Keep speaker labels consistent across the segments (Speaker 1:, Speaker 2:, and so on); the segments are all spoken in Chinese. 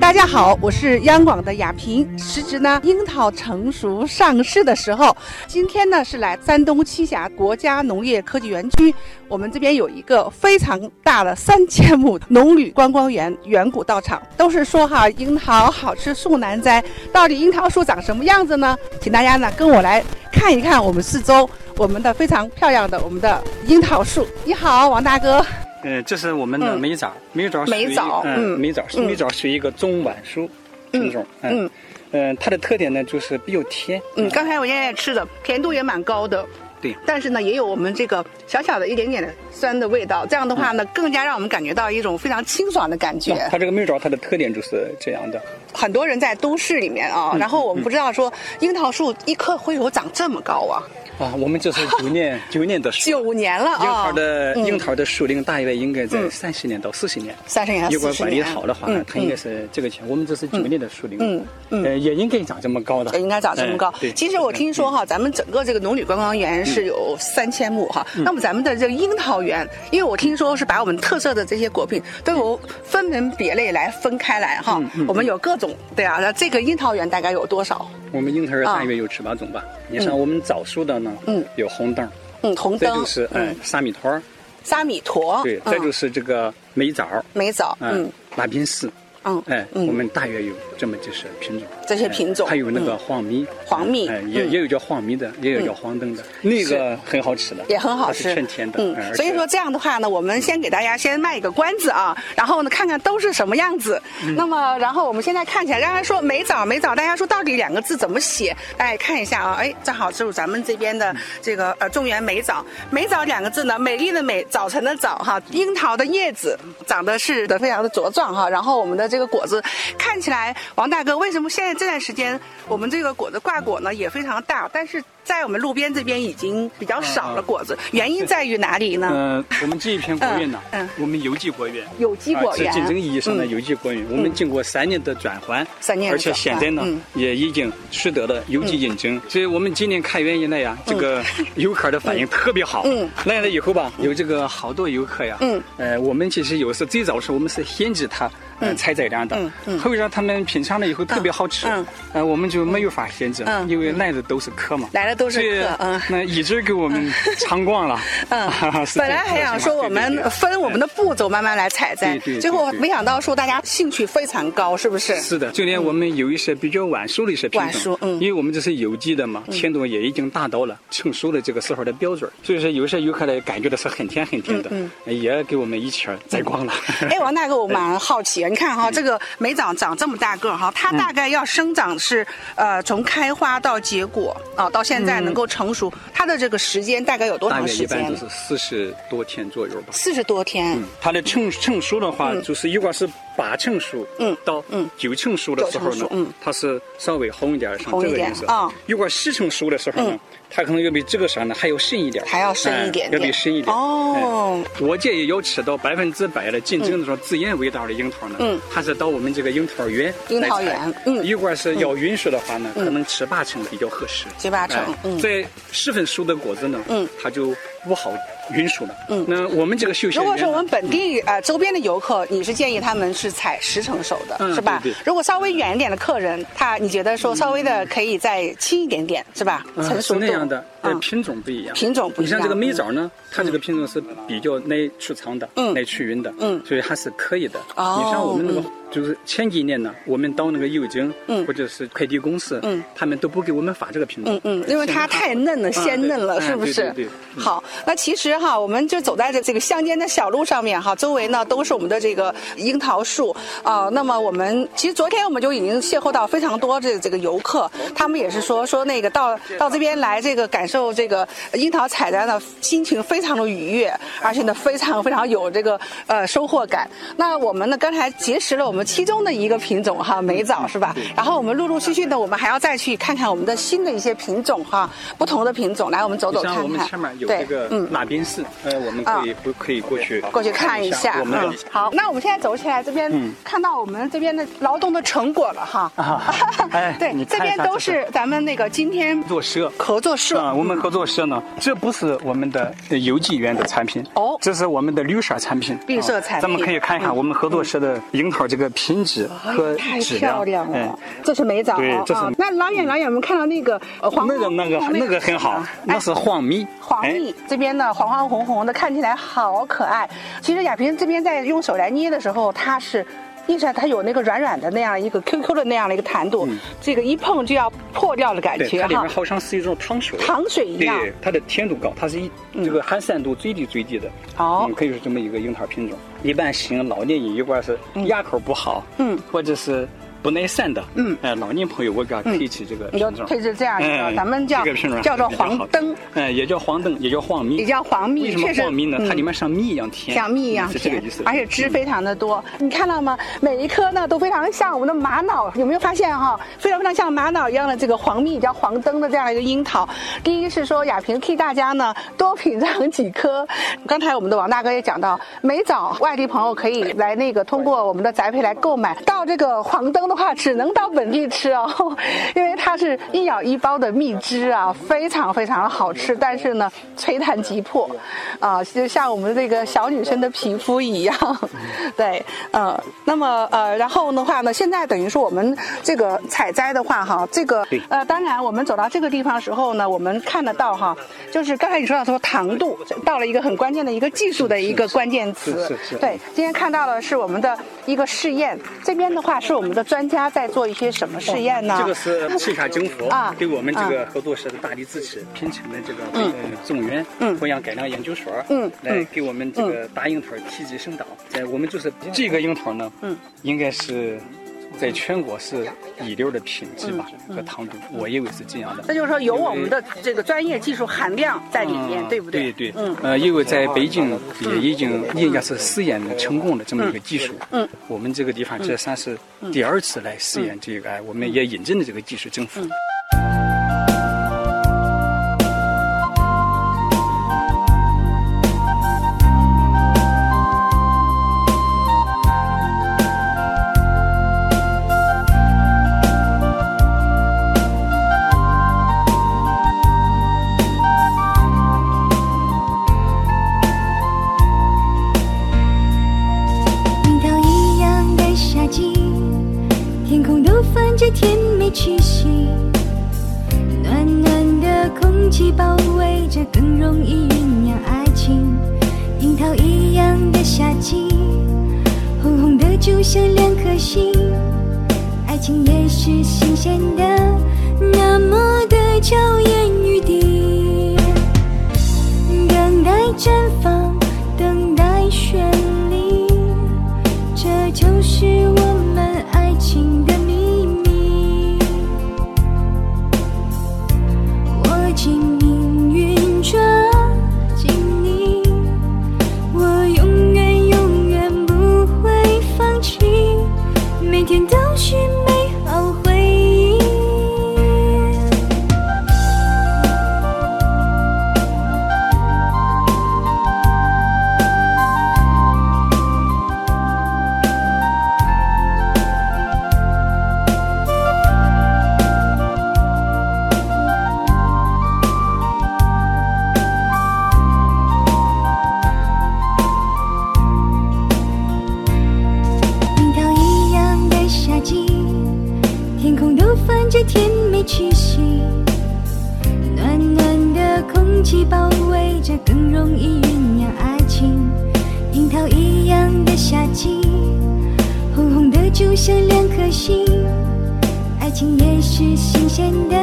Speaker 1: 大家好，我是央广的雅萍。时值呢樱桃成熟上市的时候，今天呢是来山东栖霞国家农业科技园区，我们这边有一个非常大的三千亩农旅观光园远古道场。都是说哈樱桃好吃树难摘，到底樱桃树长什么样子呢？请大家呢跟我来看一看我们四周我们的非常漂亮的我们的樱桃树。你好，王大哥。
Speaker 2: 嗯，这是我们的
Speaker 1: 嗯
Speaker 2: 梅枣，梅枣属于
Speaker 1: 梅枣
Speaker 2: 嗯，
Speaker 1: 嗯
Speaker 2: 梅枣，
Speaker 1: 嗯
Speaker 2: 梅枣属于一个中晚熟品种，
Speaker 1: 嗯
Speaker 2: 嗯，嗯，它的特点呢就是比较甜，
Speaker 1: 嗯，刚才我爷爷吃的甜度也蛮高的，
Speaker 2: 对，
Speaker 1: 但是呢，也有我们这个小小的一点点的酸的味道。这样的话呢，更加让我们感觉到一种非常清爽的感觉。
Speaker 2: 啊它这个梅枣它的特点就是这样的，
Speaker 1: 很多人在都市里面啊，然后我们不知道说樱桃树一棵会有长这么高啊，
Speaker 2: 啊，我们这是 九年九年的树，
Speaker 1: 九年了
Speaker 2: 樱桃
Speaker 1: 啊，
Speaker 2: 的
Speaker 1: 嗯
Speaker 2: 樱桃的树龄大约应该在
Speaker 1: 嗯
Speaker 2: 三十年到四十年，
Speaker 1: 三十年、嗯四
Speaker 2: 如果
Speaker 1: 十
Speaker 2: 管理
Speaker 1: 年
Speaker 2: 好的话呢，它应该是这个钱。我们这是九年的树龄，
Speaker 1: 嗯嗯
Speaker 2: 呃，也应该长这么高的，
Speaker 1: 应该长这么高
Speaker 2: 哎。对，嗯
Speaker 1: 其实我听说哈，咱们整个这个农旅观光园是有三千亩哈。那么咱们的这个樱桃园，因为我听说是把我们特色的这些果品都有分门别类来分开来哈
Speaker 2: 嗯嗯。
Speaker 1: 我们有各种对啊，那这个樱桃园大概有多少？
Speaker 2: 我们樱桃儿
Speaker 1: 啊
Speaker 2: 大约有十八种吧。你像我们早熟的呢，
Speaker 1: 嗯，
Speaker 2: 有红灯儿，
Speaker 1: 嗯， 红
Speaker 2: 再
Speaker 1: 灯
Speaker 2: 就，是哎
Speaker 1: 嗯，
Speaker 2: 沙米团儿，
Speaker 1: 沙米坨，
Speaker 2: 对，
Speaker 1: 嗯
Speaker 2: 再就是这个梅枣儿，
Speaker 1: 梅枣，
Speaker 2: 嗯
Speaker 1: 嗯，
Speaker 2: 马鞭柿，
Speaker 1: 嗯
Speaker 2: 哎，
Speaker 1: 嗯
Speaker 2: 我们大约有这么就是品种，
Speaker 1: 这些品种嗯
Speaker 2: 哎还有那个黄蜜，
Speaker 1: 黄蜜
Speaker 2: 哎，也
Speaker 1: 嗯
Speaker 2: 也有叫黄蜜的，也有叫黄灯的，那个很好吃的，
Speaker 1: 也很好
Speaker 2: 它
Speaker 1: 吃，
Speaker 2: 是纯甜的，哎
Speaker 1: 嗯，所以说，这样的话呢，我们先给大家先卖一个关子啊，然后呢，看看都是什么样子。
Speaker 2: 嗯
Speaker 1: 那么，然后我们现在看起来，刚才说梅枣，梅枣，大家说到底两个字怎么写？大家看一下啊，哎，正好就是咱们这边的这个呃中原梅枣，梅枣两个字呢，美丽的美，早晨的早哈，樱桃的叶子长得是的非常的茁壮哈，然后我们的这个果子看起来，王大哥为什么现在这段时间我们这个果子挂果呢也非常大，但是在我们路边这边已经比较少了
Speaker 2: 嗯嗯
Speaker 1: 果子，原因在于哪里呢？
Speaker 2: 呃，我们这一片果园呢
Speaker 1: 嗯嗯，
Speaker 2: 我们有机果园。
Speaker 1: 有机
Speaker 2: 啊，
Speaker 1: 果
Speaker 2: 是
Speaker 1: 园，
Speaker 2: 真正意义上的
Speaker 1: 嗯
Speaker 2: 有机果园。我们经过三年的转换，
Speaker 1: 三年的
Speaker 2: 而且现在呢
Speaker 1: 转换嗯，嗯
Speaker 2: 也已经取得了有机认证。所以我们今年开园以来呀，这个游客的反应特别好
Speaker 1: 嗯。
Speaker 2: 来了以后吧，有这个好多游客呀，
Speaker 1: 嗯，
Speaker 2: 呃，我们其实有时最早时候我们是限制它。呃，采摘量的
Speaker 1: 嗯，嗯
Speaker 2: 会让他们品尝了以后特别好吃
Speaker 1: 嗯，
Speaker 2: 呃，我们就没有法限制
Speaker 1: 嗯，
Speaker 2: 因为来的都是客嘛，
Speaker 1: 来的都是
Speaker 2: 所以
Speaker 1: 客嗯
Speaker 2: 那一直给我们 尝惯了，
Speaker 1: 嗯
Speaker 2: 啊是这
Speaker 1: 本来还想说我
Speaker 2: 对对
Speaker 1: 们
Speaker 2: 对
Speaker 1: 分我们的步骤慢慢来采摘
Speaker 2: 对对，对
Speaker 1: 结果
Speaker 2: 对
Speaker 1: 没想到说大家兴趣非常高，是不是？
Speaker 2: 是的，就连我们有一些比较晚熟的一些品
Speaker 1: 呃晚熟
Speaker 2: 种，
Speaker 1: 嗯
Speaker 2: 因为我们这是有机的嘛，甜度也已经达到了成熟的这个时候的标准，所以说有些游客呢感觉到是很甜很甜的，哎也给我们一起儿摘光了。
Speaker 1: 嗯哎，王大哥，我蛮好奇，啊你看哈，这个梅枣长这么大个儿哈，
Speaker 2: 嗯
Speaker 1: 它大概要生长是呃从开花到结果啊，到现在能够成熟，它的这个时间大概 有多
Speaker 2: 嗯大
Speaker 1: 长
Speaker 2: 约一
Speaker 1: 时
Speaker 2: 般
Speaker 1: 间
Speaker 2: 都？是嗯四十多天左右吧。
Speaker 1: 四十多天，
Speaker 2: 它的成成熟的话，就是如果是八成熟，
Speaker 1: 嗯
Speaker 2: 到
Speaker 1: 嗯
Speaker 2: 九成熟的时候
Speaker 1: 九成
Speaker 2: 呢
Speaker 1: 熟嗯，
Speaker 2: 它是稍微红一点，像
Speaker 1: 红一
Speaker 2: 这个
Speaker 1: 点
Speaker 2: 颜色
Speaker 1: 啊。嗯
Speaker 2: 如果十成熟的时候呢，它可能要比这个色呢还要深一点，
Speaker 1: 还要深一点
Speaker 2: 哎要比
Speaker 1: 点
Speaker 2: 深一点。
Speaker 1: 哦
Speaker 2: 哎，我建议要吃到百分之百的真正的说自然味道的樱桃呢，
Speaker 1: 嗯
Speaker 2: 还是到我们这个樱桃园
Speaker 1: 樱
Speaker 2: 来
Speaker 1: 桃
Speaker 2: 采
Speaker 1: 园嗯
Speaker 2: 如果是要允许的话呢，可能吃八成比较合适。
Speaker 1: 七八成
Speaker 2: 哎
Speaker 1: 嗯
Speaker 2: 在十分熟的果子呢，
Speaker 1: 嗯
Speaker 2: 它就不好运输了。嗯，那我们这个休闲
Speaker 1: 如
Speaker 2: 园
Speaker 1: 果
Speaker 2: 呢，
Speaker 1: 是我们本地呃周边的游客，你是建议他们是采十成熟的，
Speaker 2: 嗯
Speaker 1: 是吧
Speaker 2: 对对？
Speaker 1: 如果稍微远一点的客人，他你觉得说稍微的可以再轻一点点，是吧？
Speaker 2: 啊
Speaker 1: 成熟
Speaker 2: 是
Speaker 1: 度
Speaker 2: 那样的，呃，
Speaker 1: 嗯
Speaker 2: 品种不一样，
Speaker 1: 品种不一样
Speaker 2: 你像这个梅枣呢，它这个品种是比较耐储藏的，
Speaker 1: 嗯
Speaker 2: 耐去云的，
Speaker 1: 嗯
Speaker 2: 所以还是可以的。
Speaker 1: 哦
Speaker 2: 你像我们那个，就是前几年呢，我们到那个邮政，
Speaker 1: 嗯
Speaker 2: 或者是快递公司，
Speaker 1: 嗯
Speaker 2: 他们都不给我们发这个品种
Speaker 1: 嗯，嗯，因为它太嫩了，
Speaker 2: 嗯
Speaker 1: 鲜嫩了，
Speaker 2: 对
Speaker 1: 是不是？
Speaker 2: 嗯对对对嗯
Speaker 1: 好，那其实哈，我们就走在这这个乡间的小路上面哈，周围呢都是我们的这个樱桃树啊、那么我们其实昨天我们就已经邂逅到非常多这这个游客，他们也是说说那个到到这边来这个感受这个樱桃采摘呢，心情非常的愉悦，而且呢非常非常有这个呃收获感。那我们呢刚才结识了我们其中的一个品种哈，梅枣是吧？然后我们陆陆续续的，我们还要再去看看我们的新的一些品种哈，不同的品种，来我们走走
Speaker 2: 你像我
Speaker 1: 看
Speaker 2: 们
Speaker 1: 看
Speaker 2: 前面。有
Speaker 1: 对
Speaker 2: 这个
Speaker 1: 嗯啊
Speaker 2: 马鞭温室，哎，我们可以不可以过去
Speaker 1: 过去看一下，
Speaker 2: 我们
Speaker 1: 嗯，好，那我们现在走起来，这边、
Speaker 2: 嗯
Speaker 1: 看到我们这边的劳动的成果了哈。
Speaker 2: 啊 哎
Speaker 1: 对
Speaker 2: 你，
Speaker 1: 这
Speaker 2: 看一
Speaker 1: 边
Speaker 2: 下
Speaker 1: 都
Speaker 2: 这
Speaker 1: 是咱们那个今天
Speaker 2: 做蛇。
Speaker 1: 合作社。
Speaker 2: 啊、我们合
Speaker 1: 嗯
Speaker 2: 作社呢，这不是我们的呃邮寄园的产品
Speaker 1: 哦
Speaker 2: 这是我们的绿色产品，
Speaker 1: 绿色产品嗯
Speaker 2: 啊咱们可以看一下我们合作社的樱桃这个品质
Speaker 1: 哎
Speaker 2: 和
Speaker 1: 太
Speaker 2: 质
Speaker 1: 漂
Speaker 2: 量，
Speaker 1: 亮了
Speaker 2: 哎，
Speaker 1: 这是梅枣
Speaker 2: 对这是
Speaker 1: 啊。那老远老远，我们看到那个呃黄
Speaker 2: 那个
Speaker 1: 黄
Speaker 2: 那个
Speaker 1: 黄啊
Speaker 2: 那个很好，
Speaker 1: 哎
Speaker 2: 那是黄蜜，
Speaker 1: 黄
Speaker 2: 哎
Speaker 1: 历这边呢，黄黄红红的，看起来好可爱。其实亚萍这边在用手来捏的时候，它是。硬是它有那个软软的那样一个 QQ 的那样的一个弹度，这个一碰就要破掉的感
Speaker 2: 嗯对，
Speaker 1: 觉
Speaker 2: 它里
Speaker 1: 哈
Speaker 2: 面，好像是一种糖水，
Speaker 1: 糖水一样。嗯
Speaker 2: 对，它的甜度高，它是一这个含散度最低最低的。
Speaker 1: 好
Speaker 2: 嗯，可以说这么一个樱桃品种。一般行老年人，如果是牙口不好，
Speaker 1: 嗯，
Speaker 2: 或者是不耐善的，
Speaker 1: 嗯
Speaker 2: 哎，老年朋友我给他推起这个
Speaker 1: 你
Speaker 2: 品
Speaker 1: 就
Speaker 2: 种。
Speaker 1: 配置这样一个，
Speaker 2: 嗯
Speaker 1: 咱们叫
Speaker 2: 这个品种
Speaker 1: 叫做
Speaker 2: 还是比较
Speaker 1: 黄
Speaker 2: 好的
Speaker 1: 灯，
Speaker 2: 嗯，也叫黄灯，也叫黄蜜，
Speaker 1: 也叫黄蜜
Speaker 2: 为什么
Speaker 1: 确实
Speaker 2: 黄蜜呢？
Speaker 1: 嗯
Speaker 2: 它里面像蜜一样甜，
Speaker 1: 像蜜一样
Speaker 2: 是这个
Speaker 1: 甜
Speaker 2: 意思，。
Speaker 1: 而且汁
Speaker 2: 嗯
Speaker 1: 非常的多。你看到吗？每一颗呢都非常像我们的玛瑙，有没有发现哈？非常非常像玛瑙一样的这个黄蜜，叫黄灯的这样一个樱桃。第一是说亚萍替大家呢多品尝几颗。刚才我们的王大哥也讲到，每早外地朋友可以来那个通过我们的宅配来购买。到这个黄灯的话，只能到本地吃哦，因为它是一咬一包的蜜汁啊，非常非常的好吃。但是呢，吹弹即破，啊，就像我们这个小女生的皮肤一样。 对，呃，那么呃，然后的话呢，现在等于说我们这个采摘的话哈，这个
Speaker 2: 对
Speaker 1: 呃，当然我们走到这个地方时候呢，我们看得到哈，就是刚才你说到说糖度，到了一个很关键的一个技术的一个关键词
Speaker 2: 是是是，
Speaker 1: 对。今天看到的是我们的一个试验，这边的话是我们的专家在做一些什么试验呢？
Speaker 2: 这个是赤霞金佛
Speaker 1: 啊
Speaker 2: 对我们这个合作社的大力支持，拼成的这个呃种源
Speaker 1: 嗯
Speaker 2: 培养改良研究所，
Speaker 1: 嗯
Speaker 2: 来给我们这个大樱桃提及升档。在我们就是这个樱桃呢，
Speaker 1: 嗯，
Speaker 2: 应该是在全国是一流的品质吧
Speaker 1: 嗯
Speaker 2: 和糖度，我认为是这样的。
Speaker 1: 这就是说有我们的这个专业技术含量在里面，
Speaker 2: 嗯
Speaker 1: 对不对？
Speaker 2: 对对
Speaker 1: 嗯，
Speaker 2: 呃，因为在北京也已经人家是试验了成功的这么一个技术，
Speaker 1: 嗯嗯，嗯
Speaker 2: 我们这个地方这算是第二次来试验这个，哎，我们也引进了这个技术政
Speaker 1: 嗯
Speaker 2: 府。
Speaker 3: 樱桃一样的夏季，天空都泛着甜美气息，暖暖的空气包围着，更容易酝酿爱情。樱桃一样的夏季，红红的就像两颗心，爱情也是新鲜的，那么的娇艳欲滴。等待绽放，等待绚丽，这就是我们爱情的秘密。握紧命运，抓紧你，我永远永远不会放弃，每天都是美好回忆。樱桃一样的夏季，天空都泛着甜美气息，暖暖的空气包围着，更容易酝酿爱情。樱桃一样的夏季，红红的就像两颗心，爱情也是新鲜的，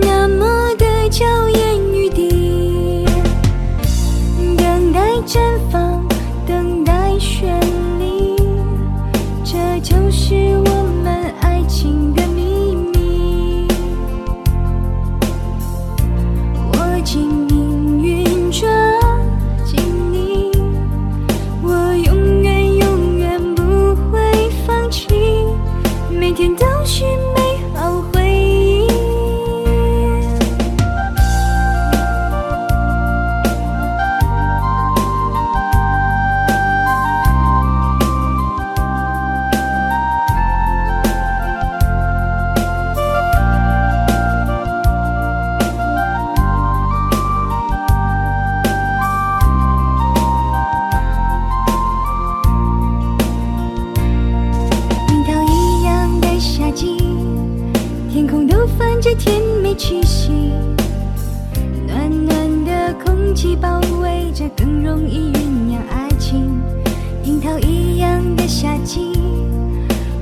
Speaker 3: 那么的娇艳欲滴。等待绽放，等待绚丽，这就是我们爱情的秘密。握紧命运，抓紧你，我永远永远不会放弃，每天都是美好回忆。气息，暖暖的空气包围着，更容易酝酿爱情。樱桃一样的夏季，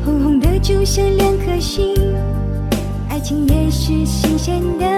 Speaker 3: 红红的就像两颗心，爱情也是新鲜的。